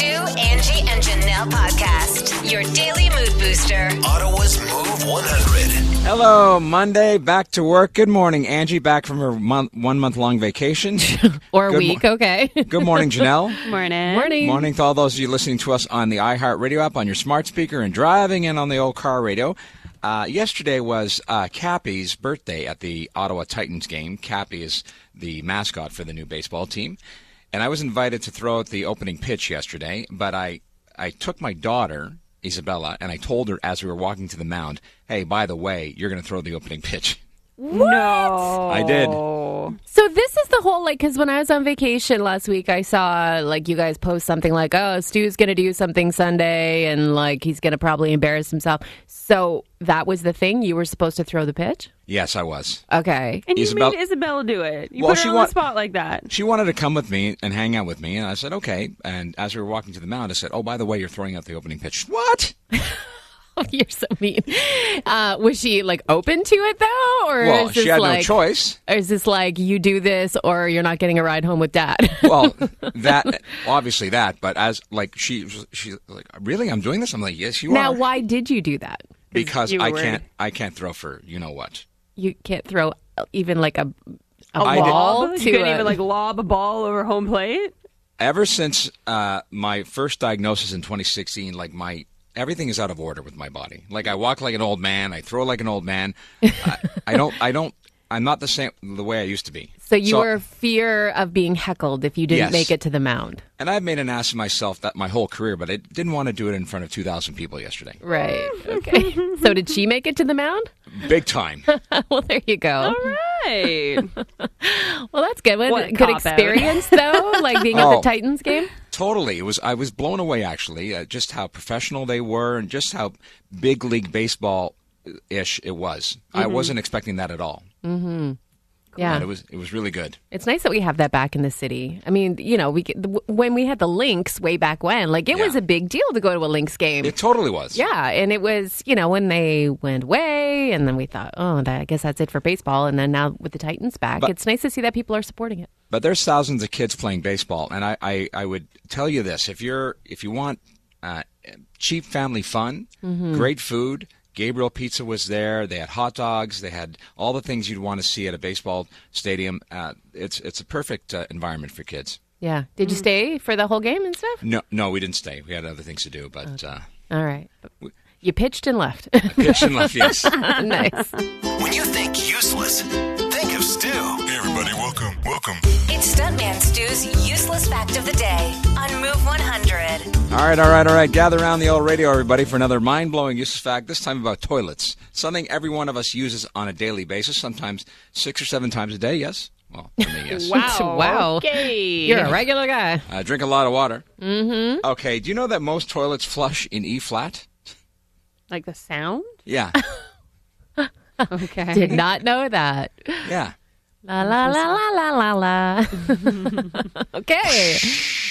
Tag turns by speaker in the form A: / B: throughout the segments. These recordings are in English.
A: Angie and Janelle podcast, your daily mood booster.
B: Ottawa's Move 100.
C: Hello, Monday, back to work. Good morning, Angie, back from her month, one month long vacation.
D: or
C: Good
D: week. okay.
C: Good morning, Janelle.
E: Morning.
D: Morning.
C: morning to all those of you listening to us on the iHeartRadio app, on your smart speaker, and driving in on the old car radio. Uh, yesterday was uh, Cappy's birthday at the Ottawa Titans game. Cappy is the mascot for the new baseball team. And I was invited to throw out the opening pitch yesterday, but I, I took my daughter, Isabella, and I told her as we were walking to the mound, hey, by the way, you're going to throw the opening pitch.
E: No.
C: I did.
E: Oh.
D: So this is the whole like because when I was on vacation last week, I saw like you guys post something like, "Oh, Stu's gonna do something Sunday, and like he's gonna probably embarrass himself." So that was the thing you were supposed to throw the pitch.
C: Yes, I was.
D: Okay.
E: And you
C: Isabel-
E: made Isabella do it. You
C: Well,
E: put her
C: she
E: on
C: wa-
E: the spot like that.
C: She wanted to come with me and hang out with me, and I said, okay. And as we were walking to the mound, I said, oh, by the way, you're throwing out the opening pitch. What?
D: You're so mean. Uh, was she like open to it though, or
C: well,
D: is this
C: she had
D: like
C: no choice.
D: or is this like you do this or you're not getting a ride home with dad?
C: Well, that, obviously that, but as, like, she, she's like, really? I'm doing this? I'm like, yes, you
D: now,
C: are.
D: why did you do that?
C: because
E: You were
C: I
E: worried.
C: can't, I can't throw for you know what.
D: You can't throw even like a a,
C: I did-
D: ball
E: Lob?
D: to
E: You couldn't
D: a-
E: even like lob a ball over home plate.
C: Ever since uh, my first diagnosis in 2016, like, my, everything is out of order with my body. Like, I walk like an old man, I throw like an old man. I, I don't, I don't, I'm not the same, the way I used to be.
D: So you were fear of being heckled if you didn't
C: Yes.
D: make it to the mound.
C: And I've made an ass of myself that my whole career, but I didn't want to do it in front of 2,000 people yesterday.
D: Right. Okay. so did she make it to the mound?
C: Big time.
D: well, there you go.
E: Right.
D: Well, that's good. What,
E: What a
D: good
E: cop-out.
D: experience though, like being at
C: Oh.
D: the Titans game.
C: totally. It was. I was blown away actually, uh, just how professional they were and just how big league baseball uh, ish it was. I wasn't expecting that at all.
D: Mm-hmm. Yeah.
C: But it was. It was really good.
D: It's nice that we have that back in the city. I mean, you know, we get- w- when we had the Lynx way back when, like it
C: Yeah.
D: was a big deal to go to a Lynx game.
C: It totally was.
D: yeah, and it was, you know, when they went away, and then we thought, oh, that, I guess that's it for baseball. And then now with the Titans back,
C: But-
D: it's nice to see that people are supporting it.
C: But there's thousands of kids playing baseball, and I, I, I would tell you this: if you're if you want uh, cheap family fun, great food. Gabriel Pizza was there. They had hot dogs. They had all the things you'd want to see at a baseball stadium. Uh, it's it's a perfect uh, environment for kids.
D: Yeah. Did you stay for the whole game and stuff?
C: No, no, we didn't stay. We had other things to do, but uh,
D: All right. You pitched and left.
C: pitch and left. Yes.
D: nice.
B: When you think useless, think of Stu. Hey, everybody, welcome, welcome.
A: It's Stuntman Stu's useless fact of the day on Move 100.
C: All right, all right, all right. Gather around the old radio, everybody, for another mind blowing useless fact, this time about toilets. Something every one of us uses on a daily basis, sometimes six or seven times a day, yes? Well, for me, yes.
D: Wow. Wow.
E: Okay.
D: You're a regular guy.
C: I drink a lot of water. Mm-hmm. Okay, do you know that most toilets flush in E flat?
E: like the sound.
C: Yeah,
E: Okay.
D: Did not know that.
C: yeah.
D: La la la la la la la. okay.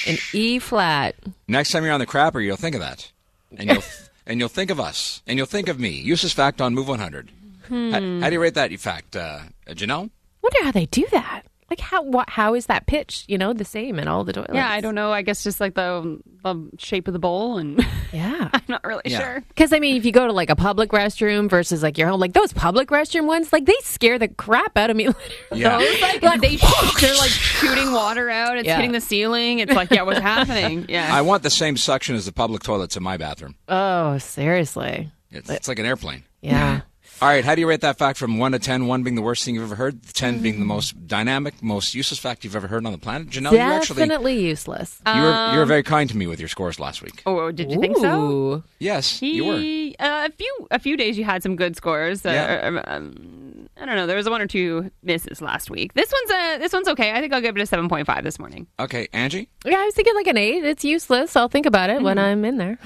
D: An E flat.
C: Next time you're on the crapper, you'll think of that. And you'll, and you'll think of us. And you'll think of me. Useless fact on Move 100. How, how do you rate that fact, uh, Janelle?
D: Wonder how they do that. Like how what how is that pitch? You know, the same in all the toilets.
E: Yeah, I don't know. I guess just like the, the shape of the bowl, and I'm
D: Yeah.
E: not really
C: Yeah.
E: sure.
D: Because I mean, if you go to like a public restroom versus like your home, like those public restroom ones, like they scare the crap out of me.
C: Yeah.
E: It's like, like they sh- they're like shooting water out. It's
D: Yeah.
E: hitting the ceiling. It's like yeah, what's happening? Yeah.
C: I want the same suction as the public toilets in my bathroom.
D: oh, seriously.
C: It's, it's like an airplane.
D: Yeah.
C: All right, how do you rate that fact from 1 to 10? 1 being the worst thing you've ever heard, 10 being the most dynamic, most useless fact you've ever heard on the planet. Janelle, Oh, you actually
D: Definitely useless.
C: you were, you were very kind to me with your scores last week.
E: oh, did Uh, you think so?
D: Ooh.
C: Yes, you were.
E: He, uh, a few a few days you had some good scores. Uh,
C: Yeah.
E: um, I don't know. There was one or two misses last week. This one's uh this one's okay. I think I'll give it a seven point five this morning.
C: Okay, Angie?
D: Yeah, I was thinking like an eight. It's useless. I'll think about it when
E: Mm-hmm.
D: I'm in there.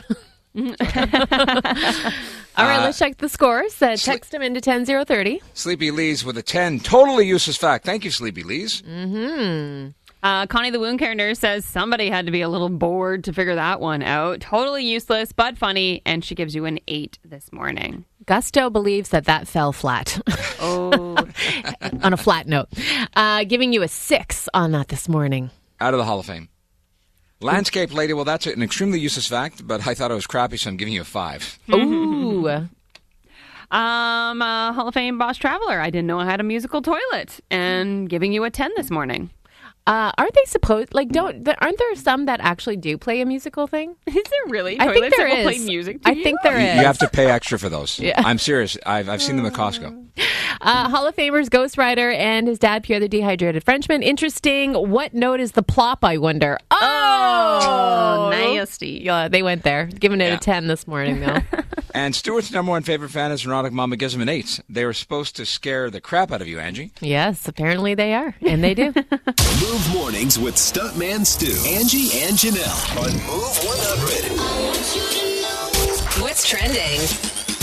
D: All
C: Uh,
D: right, let's check the scores. Uh, text them into 10030.
C: Sleepy Lee's with a 10. Totally useless fact. Thank you, Sleepy Lee's.
E: Uh, Connie, the wound care nurse, says somebody had to be a little bored to figure that one out. Totally useless, but funny, and she gives you an eight this morning.
D: Gusto believes that that fell flat
E: Oh,
D: on a flat note, uh, giving you a six on that this morning.
C: Out of the Hall of Fame. Landscape lady. Well, that's an extremely useless fact, but I thought it was crappy, so I'm giving you a five.
D: Ooh. Uh,
E: Um, uh, Hall of Fame Boss Traveler. I didn't know I had a musical toilet, and giving you a ten this morning.
D: Uh, aren't they supposed like don't there, aren't there some that actually do play a musical thing?
E: Is there really?
D: I think
E: toilets
D: there
E: that
D: is.
E: will play music. to
D: I
E: you?
D: think there
C: You,
D: is.
C: you have to pay extra for those. Yeah. I'm serious. I've, I've seen them at Costco.
D: Uh, Hall of Famers Ghost Rider and his dad, Pierre the Dehydrated Frenchman. Interesting. What note is the plop? I wonder. Oh,
E: Oh, nasty.
D: Yeah, they went there. Giving it
C: Yeah.
D: a ten this morning though.
C: And Stuart's number one favorite fan is Erotic Mama gives him an eight. They were supposed to scare the crap out of you, Angie.
D: yes, apparently they are, and they do.
B: Move mornings with Stuntman Stu, Angie, and Janelle on Move 100.
A: What's trending?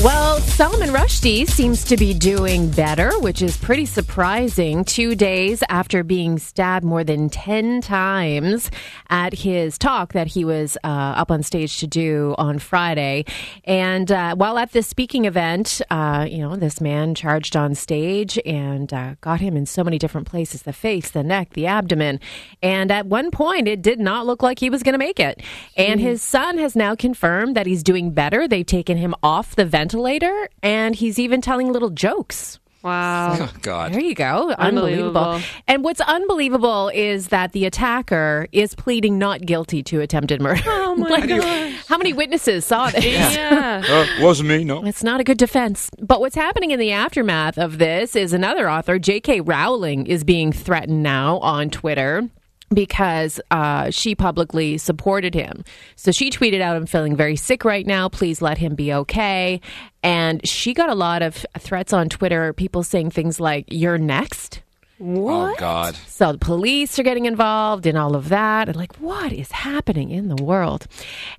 D: Well, Salman Rushdie seems to be doing better, which is pretty surprising. Two days after being stabbed more than 10 times at his talk that he was uh, up on stage to do on Friday. And uh, while at this speaking event, uh, you know, this man charged on stage and uh, got him in so many different places the face, the neck, the abdomen. And at one point, it did not look like he was going to make it. And
E: Hmm.
D: his son has now confirmed that he's doing better. They've taken him off the ventilator, and he's even telling little jokes.
E: Wow.
C: Oh, God.
D: There you go. Unbelievable.
E: Unbelievable.
D: And what's unbelievable is that the attacker is pleading not guilty to attempted murder. Oh, my
E: gosh.
D: How many witnesses saw this?
E: Yeah.
C: Uh, wasn't me, no.
D: It's not a good defense. But what's happening in the aftermath of this is another author, J.K. Rowling, is being threatened now on Twitter because uh, she publicly supported him. So she tweeted out, I'm feeling very sick right now. Please let him be okay. And she got a lot of threats on Twitter, people saying things like, You're next.
C: Oh, God.
D: So the police are getting involved in all of that. And like, what is happening in the world?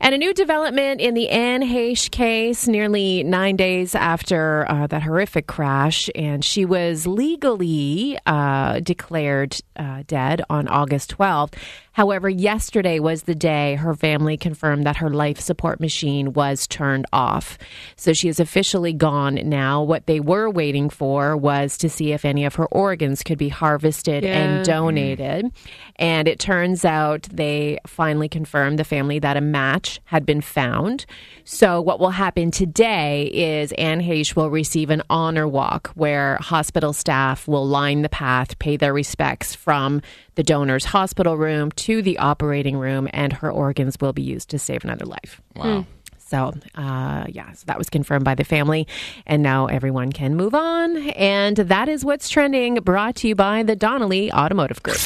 D: And a new development in the Anne Heche case, nearly nine days after uh, that horrific crash. And she was legally uh, declared uh, dead on August 12th. However, yesterday was the day her family confirmed that her life support machine was turned off. So she is officially gone now. What they were waiting for was to see if any of her organs could be harvested
E: Yeah.
D: and donated. And it turns out they finally confirmed the family that a match had been found. So what will happen today is Anne Heche will receive an honor walk where hospital staff will line the path, pay their respects from the donor's hospital room to the operating room, and her organs will be used to save another life.
C: Wow.
D: So, uh, yeah, so that was confirmed by the family. And now everyone can move on. And that is what's trending, brought to you by the Donnelly Automotive Group.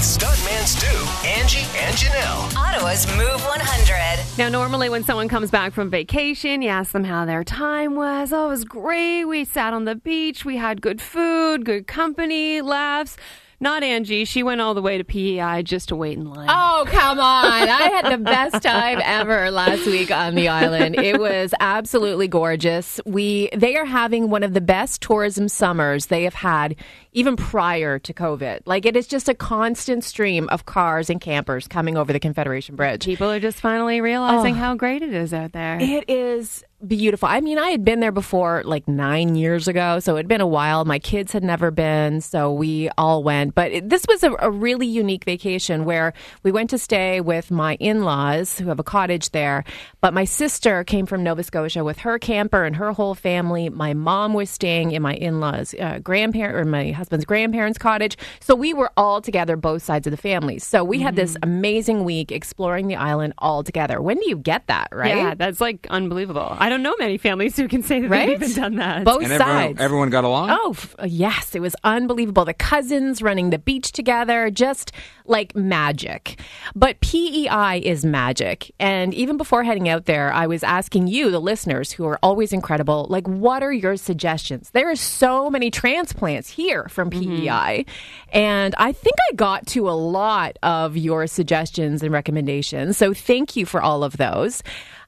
B: Stuntman Stu, Angie, and Janelle.
A: Ottawa's Move 100.
E: Now, normally when someone comes back from vacation, you ask them how their time was. Oh, it was great. We sat on the beach. We had good food, good company, laughs. Not Angie. She went all the way to PEI just to wait in line.
D: Oh, come on. I had the best time ever last week on the island. It was absolutely gorgeous. We they are having one of the best tourism summers they have had even prior to COVID. Like it is just a constant stream of cars and campers coming over the Confederation Bridge.
E: People are just finally
D: Oh.
E: realizing how great it is out there.
D: It is beautiful. I mean, I had been there before like nine years ago, so it had been a while. My kids had never been, so we all went. But it, this was a, a really unique vacation where we went to stay with my in laws who have a cottage there. But my sister came from Nova Scotia with her camper and her whole family. My mom was staying in my in laws' uh, grandparent or my husband's grandparents' cottage. So we were all together, both sides of the family. So we had this amazing week exploring the island all together. When do you get that, right?
E: Yeah, that's like unbelievable. I don't know many families who can say that
D: Right?
E: they've even done that.
D: Both
C: And
D: sides.
C: everyone, everyone got along?
D: Oh, f- yes. It was unbelievable. The cousins running the beach together, just like magic. But PEI is magic. And even before heading out there, I was asking you, the listeners who are always incredible, like, what are your suggestions? There are so many transplants here from
C: Mm-hmm.
D: PEI. And I think I got to a lot of your suggestions and recommendations. So thank you for all of those.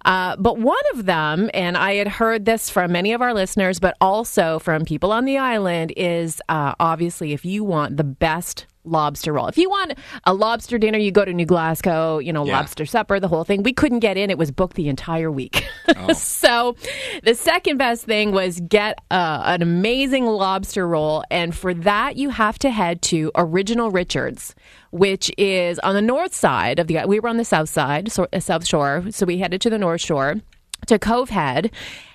D: Uh, but one of them, and I had heard this from many of our listeners, but also from people on the island, is uh, obviously if you want the best lobster roll. If you want a lobster dinner, you go to New Glasgow, you know,
C: Yeah.
D: lobster supper, the whole thing. We couldn't get in, it was booked the entire week. so the second best thing was get uh, an amazing lobster roll. And for that, you have to head to Original Richards. which is on the north side of the. We were on the south side, so, uh, south shore, so we headed to the north shore to Cove Head.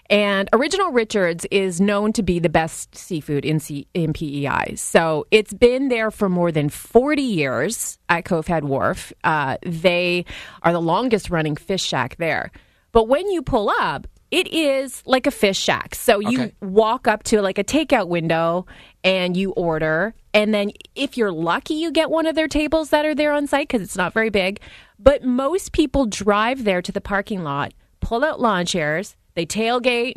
D: And Original Richards is known to be the best seafood in, C- in PEI. So it's been there for more than 40 years at Cove Head Wharf. Uh, they are the longest running fish shack there. But when you pull up, it is like a fish shack. So you
C: Okay.
D: walk up to like a takeout window and you order. And then if you're lucky, you get one of their tables that are there on site because it's not very big. But most people drive there to the parking lot, pull out lawn chairs, they tailgate,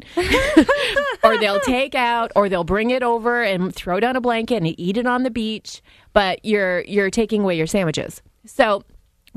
D: or they'll take out, or they'll bring it over and throw down a blanket and eat it on the beach. But you're you're taking away your sandwiches. So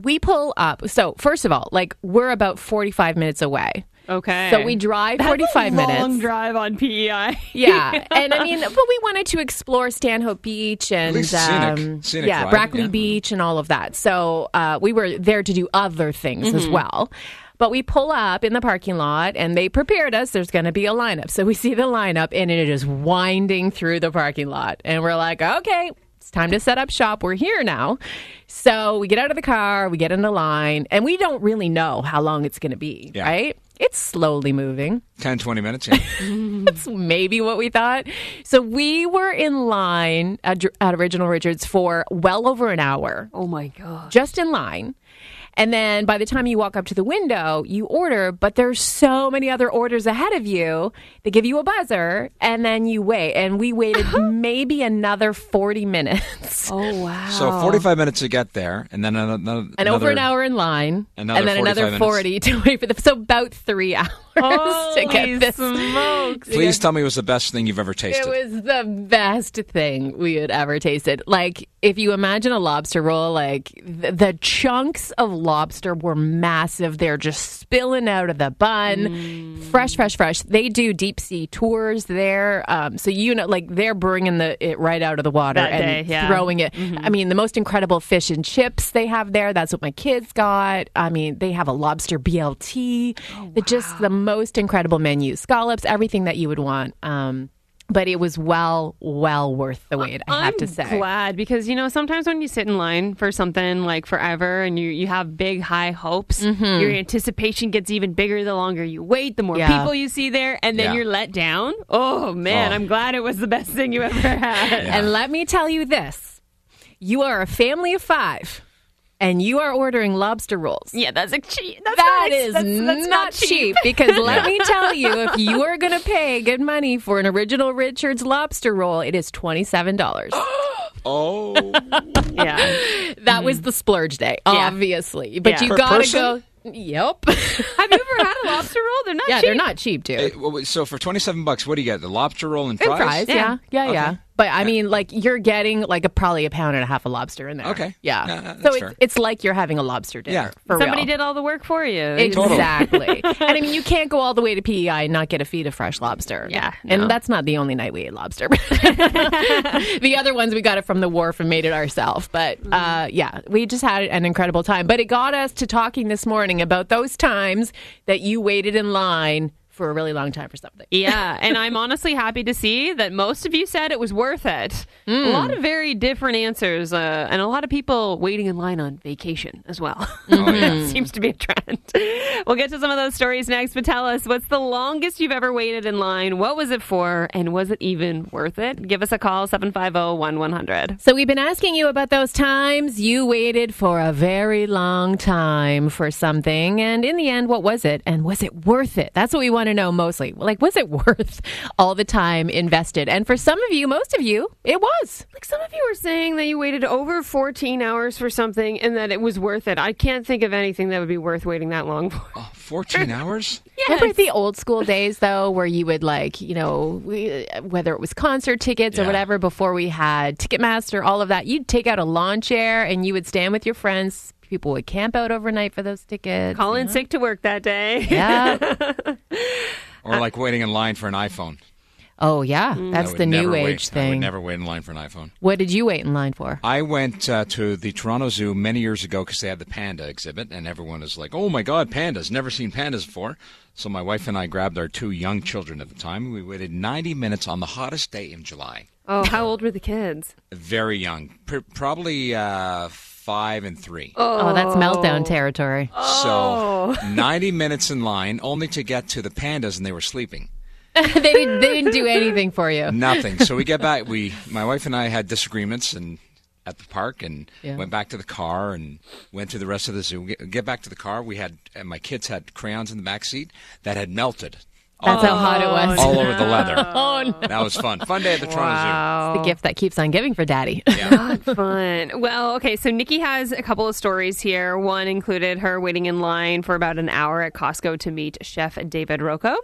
D: we pull up. So first of all, like we're about 45 minutes away.
E: Okay.
D: So we drive 45 minutes.
E: Long drive on E PEI.
D: Yeah, and I mean, but we wanted to explore Stanhope Beach and um,
C: least scenic- scenic
D: yeah,
C: ride,
D: Brackley
C: yeah. Mm-hmm.
D: Beach and all of that. So uh, we were there to do other things as
C: Mm-hmm.
D: well. But we pull up in the parking lot and they prepared us. There's going to be a lineup. So we see the lineup and it is winding through the parking lot. And we're like, okay, it's time to set up shop. We're here now. So we get out of the car, we get in the line, and we don't really know how long it's going to be,
C: Yeah.
D: right? It's slowly moving.
C: 10, 20 minutes. Yeah.
D: That's maybe what we thought. So we were in line at, Dr- at Original Richards for well over an hour,
E: Oh my god.
D: just in line. And then by the time you walk up to the window, you order, but there's so many other orders ahead of you. They give you a buzzer and then you wait. And we waited maybe another 40 minutes.
E: Oh wow.
C: So 45 minutes to get there, and then another.
D: And over an hour in line,
C: another
D: and then
C: 45
D: another
C: minutes.
D: 40 to wait for the. So about three hours to get
E: Holy
D: this.
E: smokes.
C: Please tell me it was the best thing you've ever tasted.
D: It was the best thing we had ever tasted. Like, if you imagine a lobster roll, like th- the chunks of lobster were massive. They're just spilling out of the bun.
E: Mm.
D: Fresh, fresh, fresh. They do deep sea tours there. Um, so, you know, like they're bringing the it right out of the water
E: That
D: and
E: day, yeah.
D: throwing it.
E: Mm-hmm.
D: I mean, the most incredible fish and chips they have there. That's what my kids got. I mean, they have a lobster BLT.
E: Oh,
D: The- Just the most incredible menu. Scallops, everything that you would want. Um, but it was well, well worth the wait, I have
E: I'm
D: to say.
E: glad because you know sometimes when you sit in line for something like forever and you you have big high hopes, your anticipation gets even bigger the longer you wait, the more
D: Mm-hmm. Yeah.
E: people you see there, and then
C: Yeah.
E: you're let down. Oh man,
C: Oh.
E: I'm glad it was the best thing you ever had.
D: And let me tell you this you are a family of five, and you are ordering lobster rolls.
E: Yeah, that's a cheap. That's
D: That
E: not, ex-
D: is
E: that's- that's
D: not, cheap.
E: cheap.
D: because let me tell you, if you are going to pay good money for an original Richards lobster roll, it is twenty seven dollars.
C: oh.
E: yeah.
D: that was the splurge day,
E: Mm-hmm. Yeah.
D: obviously. But
E: Yeah.
D: you
E: Per
D: gotta
C: person?
D: go. Yep.
E: Have you ever had a lobster roll? They're not
D: yeah,
E: cheap.
D: they're not cheap, dude.
C: It- well, so for 27 bucks, what do you get? The lobster roll and
D: And
C: fries?
D: fries, yeah, yeah, yeah.
C: Okay.
D: But I mean, like you're getting like a probably a pound and a half of lobster in there.
C: Okay.
D: yeah.
C: Yeah, that's
D: so it's,
C: fair.
D: it's like you're having a lobster dinner.
C: Yeah.
D: for
E: Somebody
D: real.
E: did all the work for you.
C: Totally.
D: Exactly. and I mean, you can't go all the way to PEI and not get a feed of fresh lobster.
E: Yeah, no.
D: And that's not the only night we ate lobster. the other ones, we got it from the wharf and made it ourselves. But
E: Mm.
D: uh, yeah, we just had an incredible time. But it got us to talking this morning about those times that you waited in line for a really long time for something.
E: Yeah, and I'm honestly happy to see that most of you said it was worth it.
C: Hmm.
E: A lot of very different answers, uh, and a lot of people waiting in line on vacation as well.
C: Oh, yeah.
E: Seems to be a trend. We'll get to some of those stories next, but tell us what's the longest you've ever waited in line? What was it for? And was it even worth it? Give us a call, oh, 750 1100.
D: So we've been asking you about those times you waited for a very long time for something and in the end what was it and was it worth it? That's what we want to know mostly. Like was it worth all the time invested? And for some of you, most of you, it was.
E: Like some of you were saying that you waited over 14 hours for something and that it was worth it. I can't think of anything that would be worth waiting that long for.
C: Oh, 14 hours?
D: Remember the old school days though where you would like, you know, we, whether it was concert tickets or
C: Yeah.
D: whatever before we had Ticketmaster, all of that, you'd take out a lawn chair and you would stand with your friends. People would camp out overnight for those tickets.
E: Call in sick to work that day.
D: yeah.
C: Or like waiting in line for an iPhone.
D: Oh yeah,
C: Mm. I
D: Uh, that's
C: would
D: the
C: never
D: new
C: wait.
D: age
C: I would
D: thing.
C: never wait in line for an iPhone.
D: What did you wait in line for?
C: I went uh, to the Toronto Zoo many years ago because they had the panda exhibit, and everyone was like, "Oh my God, pandas! Never seen pandas before." So my wife and I grabbed our two young children at the time. and We waited 90 minutes on the hottest day in July.
E: Oh, how old were the kids?
C: Very young, pr- probably uh, five and three.
D: Oh, that's meltdown territory.
C: So 90 minutes in line only to get to the pandas and they were sleeping.
D: they, didn't, they didn't do anything for you.
C: Nothing. So we get back. We, my wife and I, had disagreements and at the park, and
D: Yeah.
C: went back to the car and went to the rest of the zoo. Get, get back to the car. We had and my kids had crayons in the back seat that had melted
D: That's how
C: Oh.
D: hot it was.
C: all over the leather.
D: Oh, no.
C: That was fun. Fun day at the Toronto
D: It's the gift that keeps on giving for daddy.
C: Zoo. Oh. Yeah.
E: Fun. Well, okay, so Nikki has a couple of stories here. One included her waiting in line for about an hour at Costco to meet Chef David Rocco.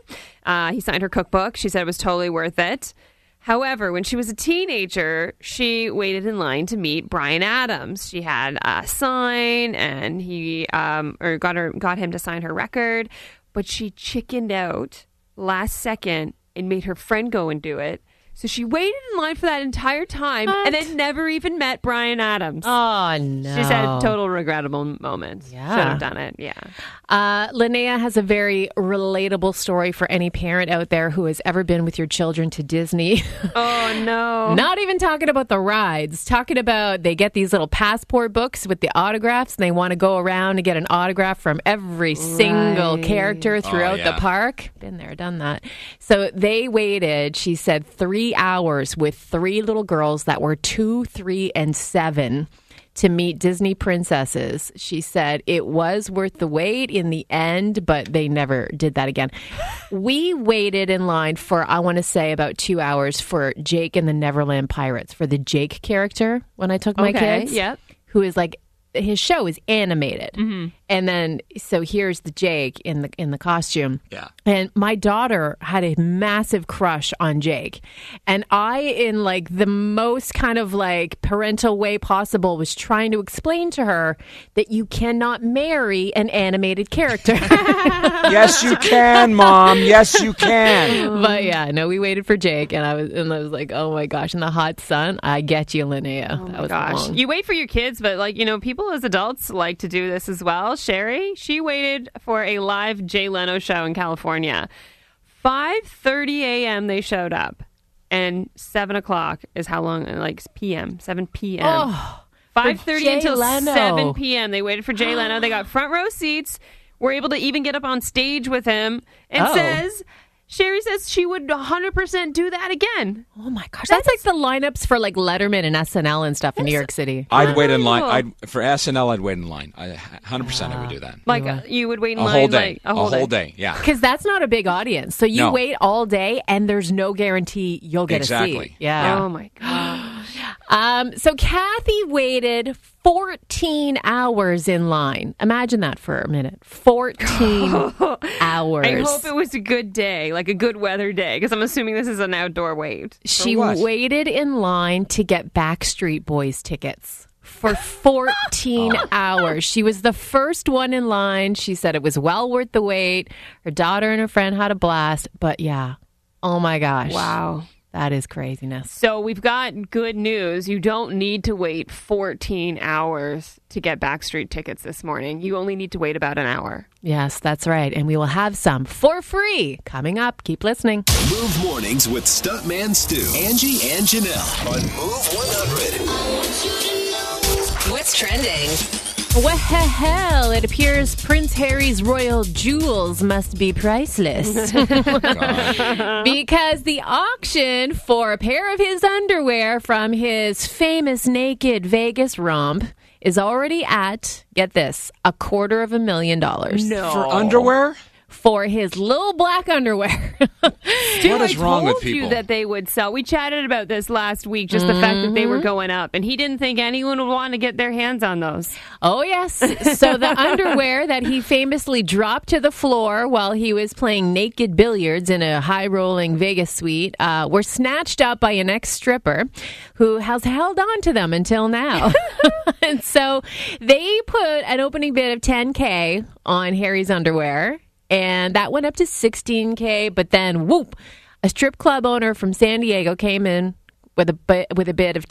E: Uh, he signed her cookbook. She said it was totally worth it. However, when she was a teenager, she waited in line to meet Brian Adams. She had a sign, and he um, or got her got him to sign her record, but she chickened out last second and made her friend go and do it. So she waited in line for that entire time and then never even met Brian Adams.
D: Oh, no.
E: She said total regrettable moment.
D: Yeah.
E: Should have done it. Yeah.
D: Uh, Linnea has a very relatable story for any parent out there who has ever been with your children to Disney.
E: Oh no.
D: Not even talking about the rides, talking about they get these little passport books with the autographs and they want to go around and get an autograph from every single character throughout
C: Oh, yeah.
D: the park. Been there, done that. So they waited, she said, three hours with three little girls that were two, three, and seven. To meet Disney princesses. She said it was worth the wait in the end, but they never did that again. We waited in line for, I want to say, about two hours for Jake and the Neverland Pirates for the Jake character when I took my
E: Okay,
D: kids.
E: yep.
D: Who is like his show is animated, and then so here's the Jake in the in the costume.
C: Yeah.
D: And my daughter had a massive crush on Jake, and I, in like the most kind of like parental way possible, was trying to explain to her that you cannot marry an animated character.
C: yes, you can, Mom. Yes, you can.
D: But yeah, no, we waited for Jake, and I was and I was like, oh my gosh, and the hot sun. I get you, Linnea. that was
E: Gosh,
D: long.
E: you wait for your kids, but like you know, people as adults like to do this as well. Sherry, she waited for a live Jay Leno show in California. Five thirty a.m. they showed up, and seven o'clock is how long? Like p.m. seven p.m. Five thirty
D: Jay
E: until
D: Leno.
E: seven p.m. They waited for Jay Leno. They got front row seats. Were able to even get up on stage with him. And
D: Oh.
E: says Sherry says she would 100% do that again.
D: oh my gosh, that's like the lineups for like Letterman and SNL and stuff in New York City.
C: I'd wait in line.
E: Unbelievable.
C: I'd for SNL. I'd wait in line. I, 100% I would do that.
E: Like uh, you would wait in
C: A
E: line
C: whole day.
E: like a whole,
C: day. Yeah.
D: Because that's not a big audience, so you
C: No.
D: wait all day, and there's no guarantee you'll get a seat.
C: Exactly.
D: Yeah.
E: Oh my god.
D: Um. So Kathy waited 14 hours in line. Imagine that for a minute. 14 hours.
E: I hope it was a good day, like a good weather day, because I'm assuming this is an outdoor wait.
D: She
C: what?
D: waited in line to get Backstreet Boys tickets for 14 hours. She was the first one in line. She said it was well worth the wait. Her daughter and her friend had a blast, but yeah. Oh my gosh.
E: Wow.
D: That is craziness.
E: So we've got good news. You don't need to wait 14 hours to get Backstreet tickets this morning. You only need to wait about an hour.
D: Yes, that's right. And we will have some for free coming up. Keep listening.
B: Move mornings with Stuntman Stu, Angie, and Janelle on Move 100.
A: What's trending?
D: Well, it appears Prince Harry's royal jewels must be priceless. because the auction for a pair of his underwear from his famous naked Vegas romp is already at, get this, a quarter of a million dollars
C: For underwear?
D: for his little black underwear.
C: what is wrong
E: told
C: with people?
E: you that they would sell. We chatted about this last week, just the fact that they were going up, and he didn't think anyone would want to get their hands on those.
D: Oh, yes. So the underwear that he famously dropped to the floor while he was playing naked billiards in a high rolling Vegas suite uh, were snatched up by an ex stripper who has held on to them until now. and so they put an opening bid of 10K on Harry's underwear, and that went up to 16K, but then whoop, a strip club owner from San Diego came in. With a, bi- with a bid of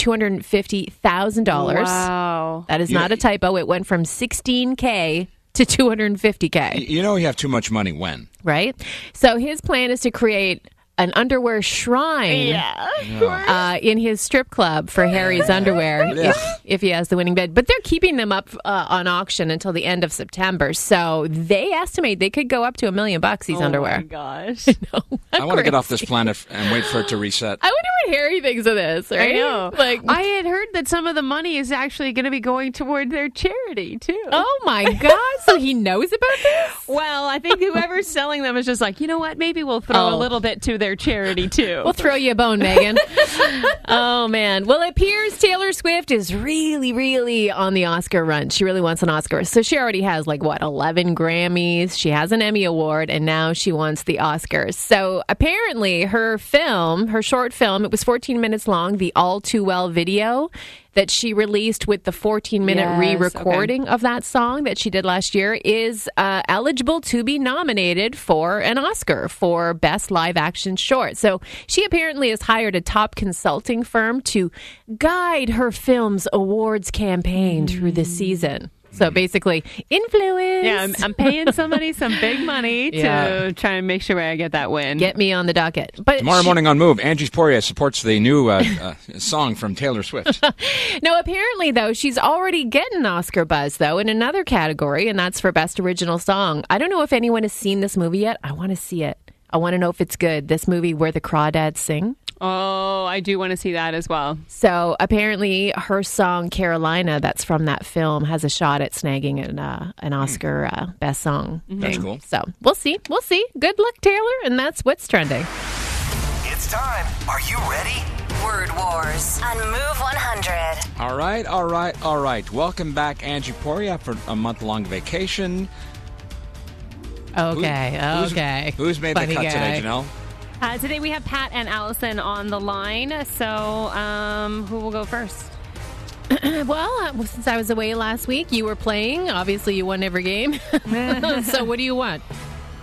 D: $250,000.
E: Wow.
D: That is not a typo. It went from 16K to 250K,
C: you know you have too much money when.
D: right? So his plan is to create an underwear shrine
E: Yeah.
D: uh, in his strip club for Harry's underwear
C: Yeah.
D: if, if he has the winning bid. But they're keeping them up uh, on auction until the end of September. So they estimate they could go up to a million bucks, these
E: Oh my
D: underwear.
E: gosh.
C: I want to get off this planet and wait for it to reset.
D: I wonder what Harry thinks of this, right?
E: I know.
D: Like,
E: I had heard that some of the money is actually going to be going toward their charity too.
D: oh my God. So he knows about this?
E: Well, I think whoever's selling them is just like, you know what? Maybe we'll throw
D: Oh.
E: a little bit to their charity too.
D: We'll throw you a bone, Megan. oh, man. Well, it appears Taylor Swift is really, really on the Oscar run. She really wants an Oscar. So she already has, like, what, 11 Grammys? She has an Emmy Award, and now she wants the Oscars. So apparently, her film, her short film, it was 14 minutes long, the All Too Well video that she released with the 14 minute
E: Yes,
D: re
E: okay.
D: recording of that song that she did last year is uh, eligible to be nominated for an Oscar for Best Live Action Short. So she apparently has hired a top consulting firm to guide her film's awards campaign through the season. So basically, influence.
E: yeah, I'm, I'm paying somebody some big money
D: Yeah.
E: to try and make sure I get that win.
D: Get me on the docket. But
C: Tomorrow
D: she-
C: morning on Move, Angie's Poirier supports the new uh, uh, song from Taylor Swift.
D: No, apparently though, she's already getting Oscar buzz though in another category, and that's for best original song. I don't know if anyone has seen this movie yet. I want to see it. I want to know if it's good. This movie where the crawdads sing.
E: oh, I do want to see that as well.
D: So apparently, her song "Carolina," that's from that film, has a shot at snagging an uh, an Oscar uh, best song.
C: Mm-hmm. That's cool.
D: So we'll see. We'll see. Good luck, Taylor. And that's what's trending.
B: It's time. Are you ready?
A: Word Wars on Move 100.
C: All right, all right, all right. Welcome back, Angie Poirier, after a month long vacation. Who-
D: Okay.
C: who's-
D: okay.
C: Who's made
D: Funny
C: the cut today,
D: guy.
C: Janelle?
E: Uh, today we have Pat and Allison on the line. So, um, who will go first?
D: Well, uh, since I was away last week, you were playing. Obviously, you won every game. so, what do you want?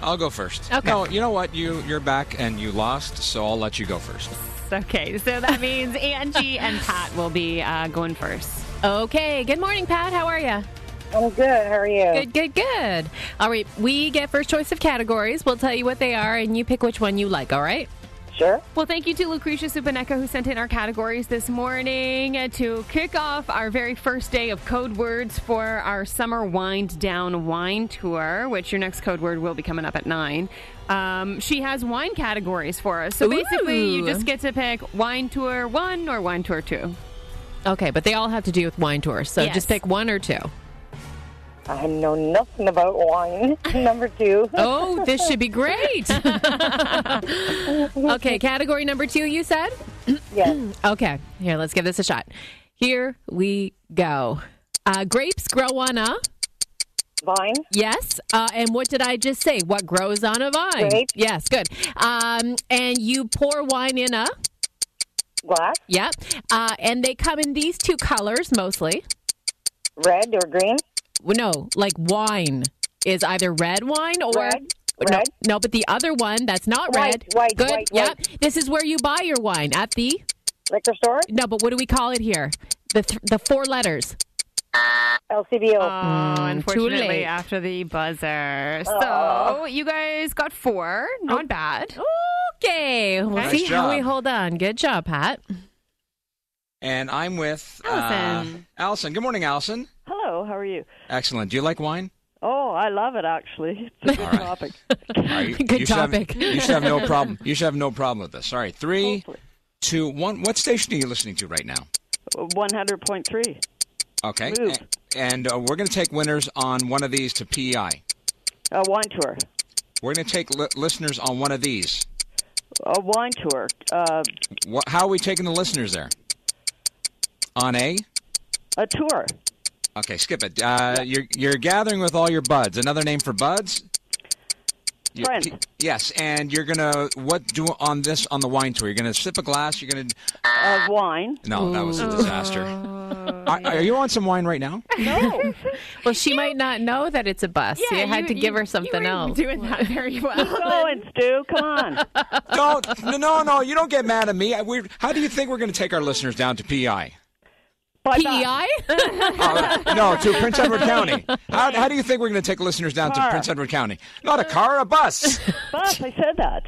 C: I'll go first.
D: Okay.
C: No, you know what? You you're back and you lost, so I'll let you go first.
E: Okay, so that means Angie and Pat will be uh, going first.
D: Okay. Good morning, Pat. How are you?
F: I'm good. How are you?
D: Good, good, good. All right. We get first choice of categories. We'll tell you what they are, and you pick which one you like. All right.
F: Sure.
E: Well, thank you to Lucretia Supaneca who sent in our categories this morning uh, to kick off our very first day of code words for our summer wind down wine tour, which your next code word will be coming up at nine. Um, she has wine categories for us, so basically you
D: Ooh.
E: just get to pick wine tour one or wine tour two.
D: Okay, but they all have to do with wine tours. So,
E: Yes.
D: just pick one or two.
F: I know nothing about wine. Number two.
D: Oh, this should be great. okay. Category number two, you said?
F: Yes.
D: Okay. Here, let's give this a shot. Here we go. Uh, grapes grow on a.
F: Vine.
D: Yes. Uh, and what did I just say? What grows on a vine?
F: Grape.
D: Yes, good. Um, and you pour wine in a.
F: Glass.
D: Yep. Uh, and they come in these two colors mostly.
F: Red or green.
D: Well, No, like wine is either red wine or.
F: Red.
D: No,
F: Red.
D: no, but the other one that's not
F: White,
D: red.
F: white,
D: Good.
F: white,
D: yep.
F: white.
D: This is where you buy your wine at the.
F: Liquor store.
D: No, but what do we call it here? The th- the four letters.
F: LCBO. Uh,
G: Mm.
E: Oh,
D: late.
E: unfortunately, after the buzzer. So you guys got four. Not bad.
D: Okay. We'll
E: Nice
D: see how
C: job.
D: we hold on. Good job, Pat.
C: And I'm with uh,
E: Allison.
C: Allison. Good morning, Allison.
G: Hello, how are you?
C: Excellent. Do you like wine?
G: Oh, I love it actually. It's a
C: All
G: good
C: right.
G: topic.
C: All right, you-
D: Good
C: you should have-
D: topic.
C: you should have no problem. You should have no problem with this. All right, three,
G: Hopefully.
C: two, one. What station are you listening to right now?
G: 100.3.
C: Okay.
G: Move.
C: A- And uh, we're going to take winners on one of these to PEI.
G: A wine tour.
C: We're going to take li- listeners on one of these.
G: A wine tour. Uh,
C: Wha how are we taking the listeners there? On a.
G: a tour.
C: Okay, skip it. Uh, you're you're gathering with all your buds. Another name for buds. You-
G: Friends.
C: p- yes, and you're gonna what do on this on the wine tour? You're gonna sip a glass. You're gonna
G: Of wine.
C: no, that was a disaster. Are, are you on some wine right now?
G: No.
D: Well, she might not know that it's a bus. you had to give her something
E: you were
D: else.
E: Doing that very well.
G: Going, Stu. Come on.
C: don't no no no. You don't get mad at me. I, we how do you think we're gonna take our listeners down to PI?
G: Bye bye.
D: PEI?
C: Uh, no, to Prince Edward County. How, how do you think we're gonna take listeners down to
G: Car.
C: Prince Edward County? Not a car, a bus.
G: Bus, I said that.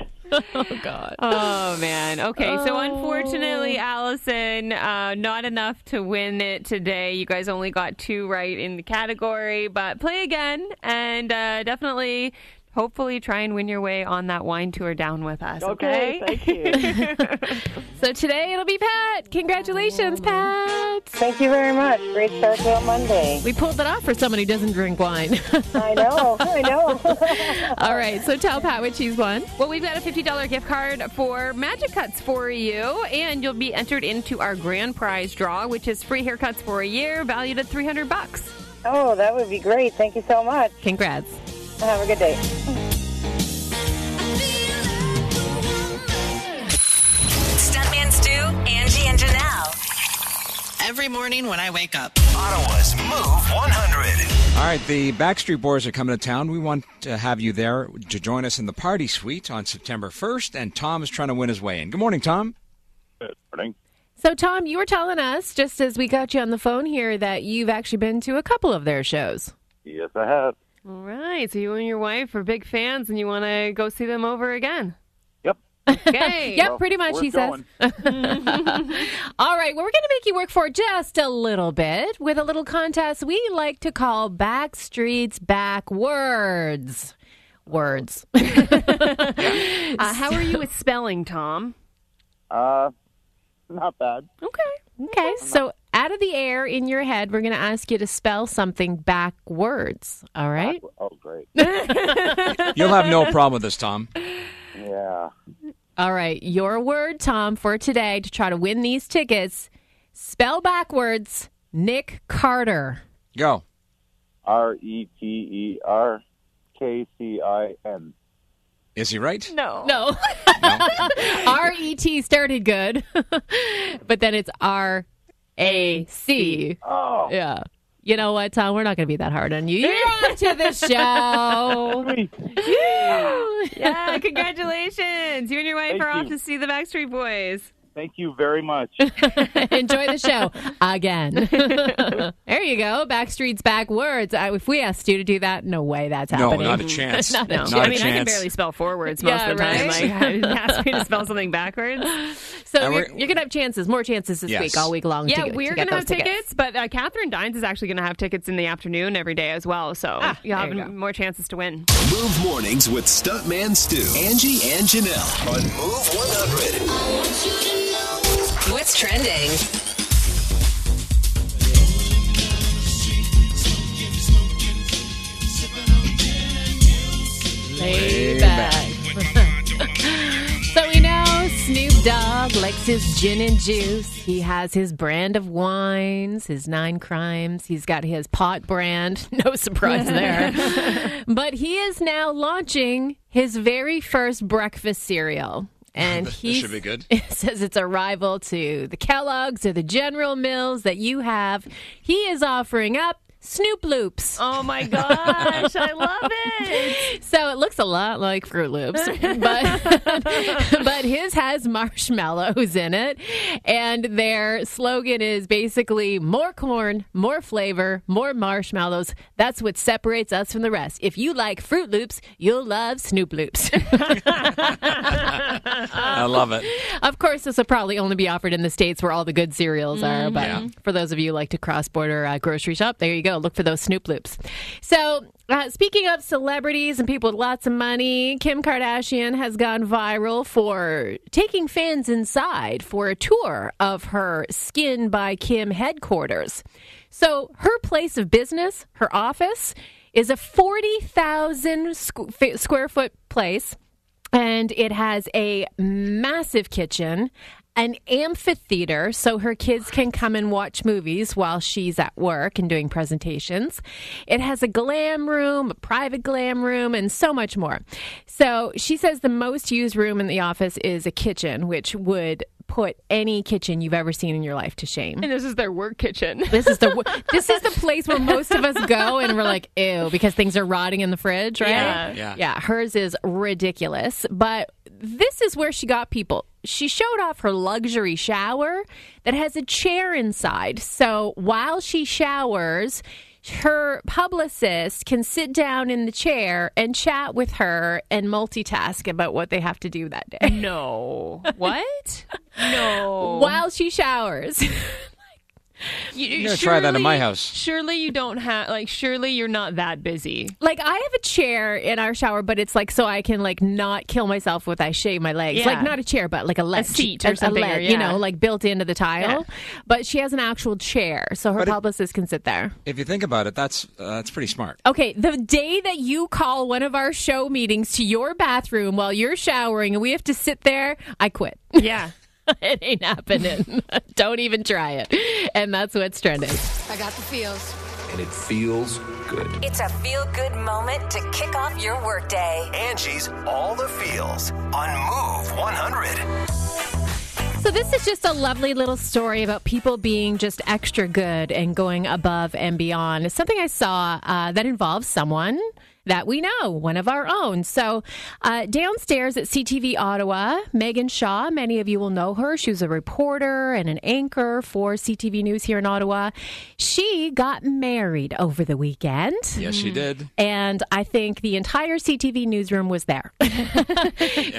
D: Oh God.
E: Oh man. Okay. So unfortunately, Allison, uh, not enough to win it today. You guys only got two right in the category, but play again and uh, definitely, hopefully, try and win your way on that wine tour down with us. Okay.
G: Okay, thank you.
D: So today it'll be Pat.
F: Oh.
D: Congratulations, Pat.
F: Thank you very much. Great start to a Monday.
D: We pulled that off for someone who doesn't drink wine.
F: I know. I know.
D: All right. So tell Pat what she's won.
E: Well, we've got a $50 gift card for Magic Cuts for you, and you'll be entered into our grand prize draw, which is free haircuts for a year, valued at 300 bucks.
F: oh, that would be great. Thank you so much.
D: Congrats.
F: Have a good day.
A: Stuntman Stu, Angie, and Janelle.
H: Every morning when I wake up.
B: Ottawa's Move 100.
C: All right, the Backstreet Boys are coming to town. We want to have you there to join us in the party suite on September 1st, and Tom is trying to win his way in. Good morning, Tom.
I: Good morning.
D: So Tom, you were telling us just as we got you on the phone here that you've actually been to a couple of their shows.
I: Yes, I have.
E: All right. So you and your wife are big fans, and you want to go see them over again.
I: Yep.
E: Okay.
D: Yep,
I: Well,
D: pretty much.
I: we're
D: He
I: going.
D: says. All right. Well, we're going to make you work for it just a little bit with a little contest we like to call Backstreets Back Words. Words.
E: Uh, how are you with spelling, Tom?
I: Uh, not bad.
E: Okay.
D: Okay, so out of the air in your head, we're going to ask you to spell something backwards. All right.
I: Oh, great.
C: You'll have no problem with this, Tom.
I: Yeah.
D: All right. Your word, Tom, for today to try to win these tickets. Spell backwards Nick Carter.
C: Go.
I: R E T E R K C I N.
C: Is he right?
E: No.
D: No. R E T started good, but then it's R A C.
I: Oh,
D: Yeah. You know what, Tom? We're not going to be that hard on you. You're on to the show.
I: sweet.
E: Yeah, congratulations. You and your wife
I: Thank
E: are off
I: you.
E: to see the Backstreet Boys.
I: Thank you very much.
D: Enjoy the show again. there you go. Backstreet's backwards. I, if we asked you to do that, no way that's
C: No,
D: happening.
C: not a chance.
D: Not a
C: Not
D: chance.
E: I mean, I can
C: chance.
E: barely spell forwards most
D: Yeah,
E: of the time.
D: right?
E: Like, ask me to spell something backwards.
D: so
C: And
D: you're,
C: we're-
D: you're gonna have chances, more chances this
C: Yes.
D: week, all week long.
E: Yeah,
D: to,
E: we're
D: to get
E: gonna have
D: those
E: tickets, but uh, Catherine Dines is actually gonna have tickets in the afternoon every day as well. So you'll
D: there
E: have
D: you go.
E: m- more chances to win.
B: Move mornings with Stuntman Stu, Angie, and Janelle on Move 100.
A: What's trending?
D: Way back. so we know Snoop Dogg likes his gin and juice. He has his brand of wines, his nine crimes. He's got his pot brand. No surprise there. but he is now launching his very first breakfast cereal. And
C: This
D: he
C: should be good.
D: says it's a rival to the Kellogg's or the General Mills that you have. He is offering up Snoop Loops.
E: Oh my gosh, I love it.
D: So it looks a lot like Fruit Loops, but but his has marshmallows in it, and their slogan is basically more corn, more flavor, more marshmallows. That's what separates us from the rest. If you like Fruit Loops, you'll love Snoop Loops.
C: I love it.
D: of course, this will probably only be offered in the states where all the good cereals are. But
C: Yeah.
D: for those of you who like to cross-border uh, grocery shop, there you go. Look for those Snoop Loops. So, uh, speaking of celebrities and people with lots of money, Kim Kardashian has gone viral for taking fans inside for a tour of her Skin by Kim headquarters. So, her place of business, her office, is a forty thousand squ- square foot place and it has a massive kitchen an amphitheater so her kids can come and watch movies while she's at work and doing presentations. It has a glam room, a private glam room, and so much more. So she says the most used room in the office is a kitchen, which would put any kitchen you've ever seen in your life to shame.
E: And this is their work kitchen.
D: This is the w- this is the place where most of us go, and we're like, ew, because things are rotting in the fridge, right?
E: Yeah.
C: Yeah.
D: Hers is ridiculous, but this is where she got people. She showed off her luxury shower that has a chair inside, so while she showers. her publicist can sit down in the chair and chat with her and multitask about what they have to do that day
E: No. What? No.
D: while she showers.
E: You,
C: I'm gonna try that in my house.
E: Surely you don't have like. Surely you're not that busy.
D: like I have a chair in our shower, but it's like so I can like not kill myself with I shave my legs.
E: Yeah.
D: Like not a chair, but like a ledge,
E: seat or something, or-
D: ledge,
E: yeah.
D: you know, like built into the tile. But she has an actual chair, so her
C: But it-
D: publicist can sit there.
C: If you think about it, that's uh, that's pretty smart.
D: Okay, the day that you call one of our show meetings to your bathroom while you're showering and we have to sit there, I quit.
E: Yeah.
D: it ain't happening. Don't even try it. And that's what's trending.
J: and it feels good.
A: It's a feel good moment to kick off your workday.
B: Angie's All the Feels on Move 100.
D: So, this is just a lovely little story about people being just extra good and going above and beyond. It's something I saw uh, that involves someone that we know, one of our own. So, uh, downstairs at CTV Ottawa, Megan Shaw, many of you will know her. She was a reporter and an anchor for CTV News here in Ottawa. She got married over the weekend.
C: Yes,
E: Mm.
C: she did.
D: And I think the entire CTV newsroom was there.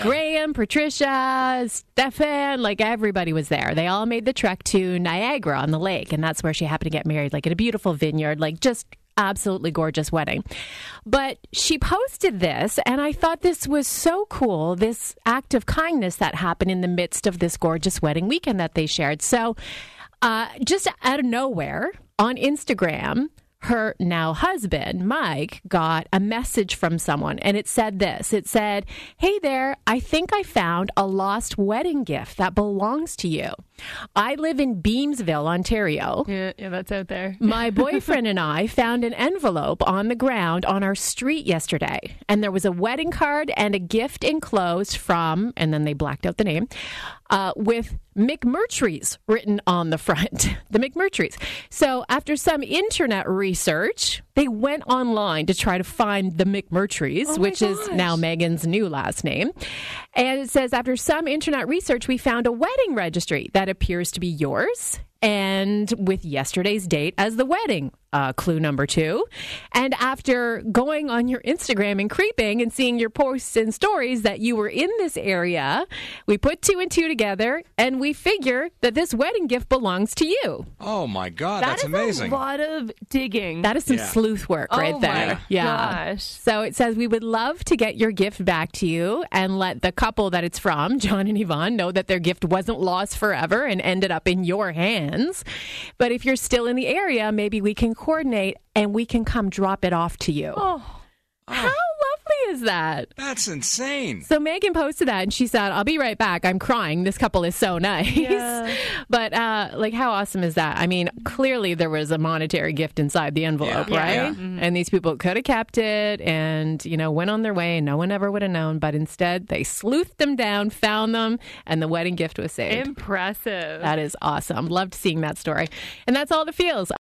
D: Graham, Patricia, Stefan, like everybody was there. They all made the trek to Niagara on the lake, and that's where she happened to get married, like in a beautiful vineyard, like just absolutely gorgeous wedding. But she posted this, and I thought this was so cool this act of kindness that happened in the midst of this gorgeous wedding weekend that they shared. So, uh, just out of nowhere on Instagram, her now husband, Mike, got a message from someone and it said this. It said, Hey there, I think I found a lost wedding gift that belongs to you. I live in Beamsville, Ontario.
E: Yeah. Yeah. That's out there.
C: Mm,
D: My boyfriend and I found an envelope on the ground on our street yesterday, and there was a wedding card and a gift enclosed from, and then they blacked out the name, uh, with McMurtry's written on the front. The McMurtry's. So after some internet research, they went online to try to find the McMurtry's, which is now Megan's new last name. And it says after some internet research, we found a wedding registry that appears to be yours and with yesterday's date as the wedding. Uh, clue number two. And after going on your Instagram and creeping and seeing your posts and stories that you were in this area, we put two and two together and we figure that this wedding gift belongs to you.
C: Oh my God, that's
E: That is
C: amazing.
E: A lot of digging.
D: That is some
C: Yeah.
D: sleuth work
E: Oh
D: right
E: my
D: there. yeah.
E: gosh.
D: So it says we would love to get your gift back to you and let the couple that it's from, John and Yvonne, know that their gift wasn't lost forever and ended up in your hands. But if you're still in the area, maybe we can coordinate and we can come drop it off to you.
E: Oh.
D: How lovely is that?
C: That's insane.
D: So Megan posted that and she said, I'll be right back. I'm crying. This couple is so nice.
E: Yeah.
D: but uh, like how awesome is that? I mean, clearly there was a monetary gift inside the envelope,
C: Yeah.
D: right?
C: Yeah. Mm-hmm.
D: And these people could have kept it and, you know, went on their way and no one ever would have known. But instead they sleuthed them down, found them, and the wedding gift was saved.
E: Impressive.
D: that is awesome. Loved seeing that story. And that's all the feels.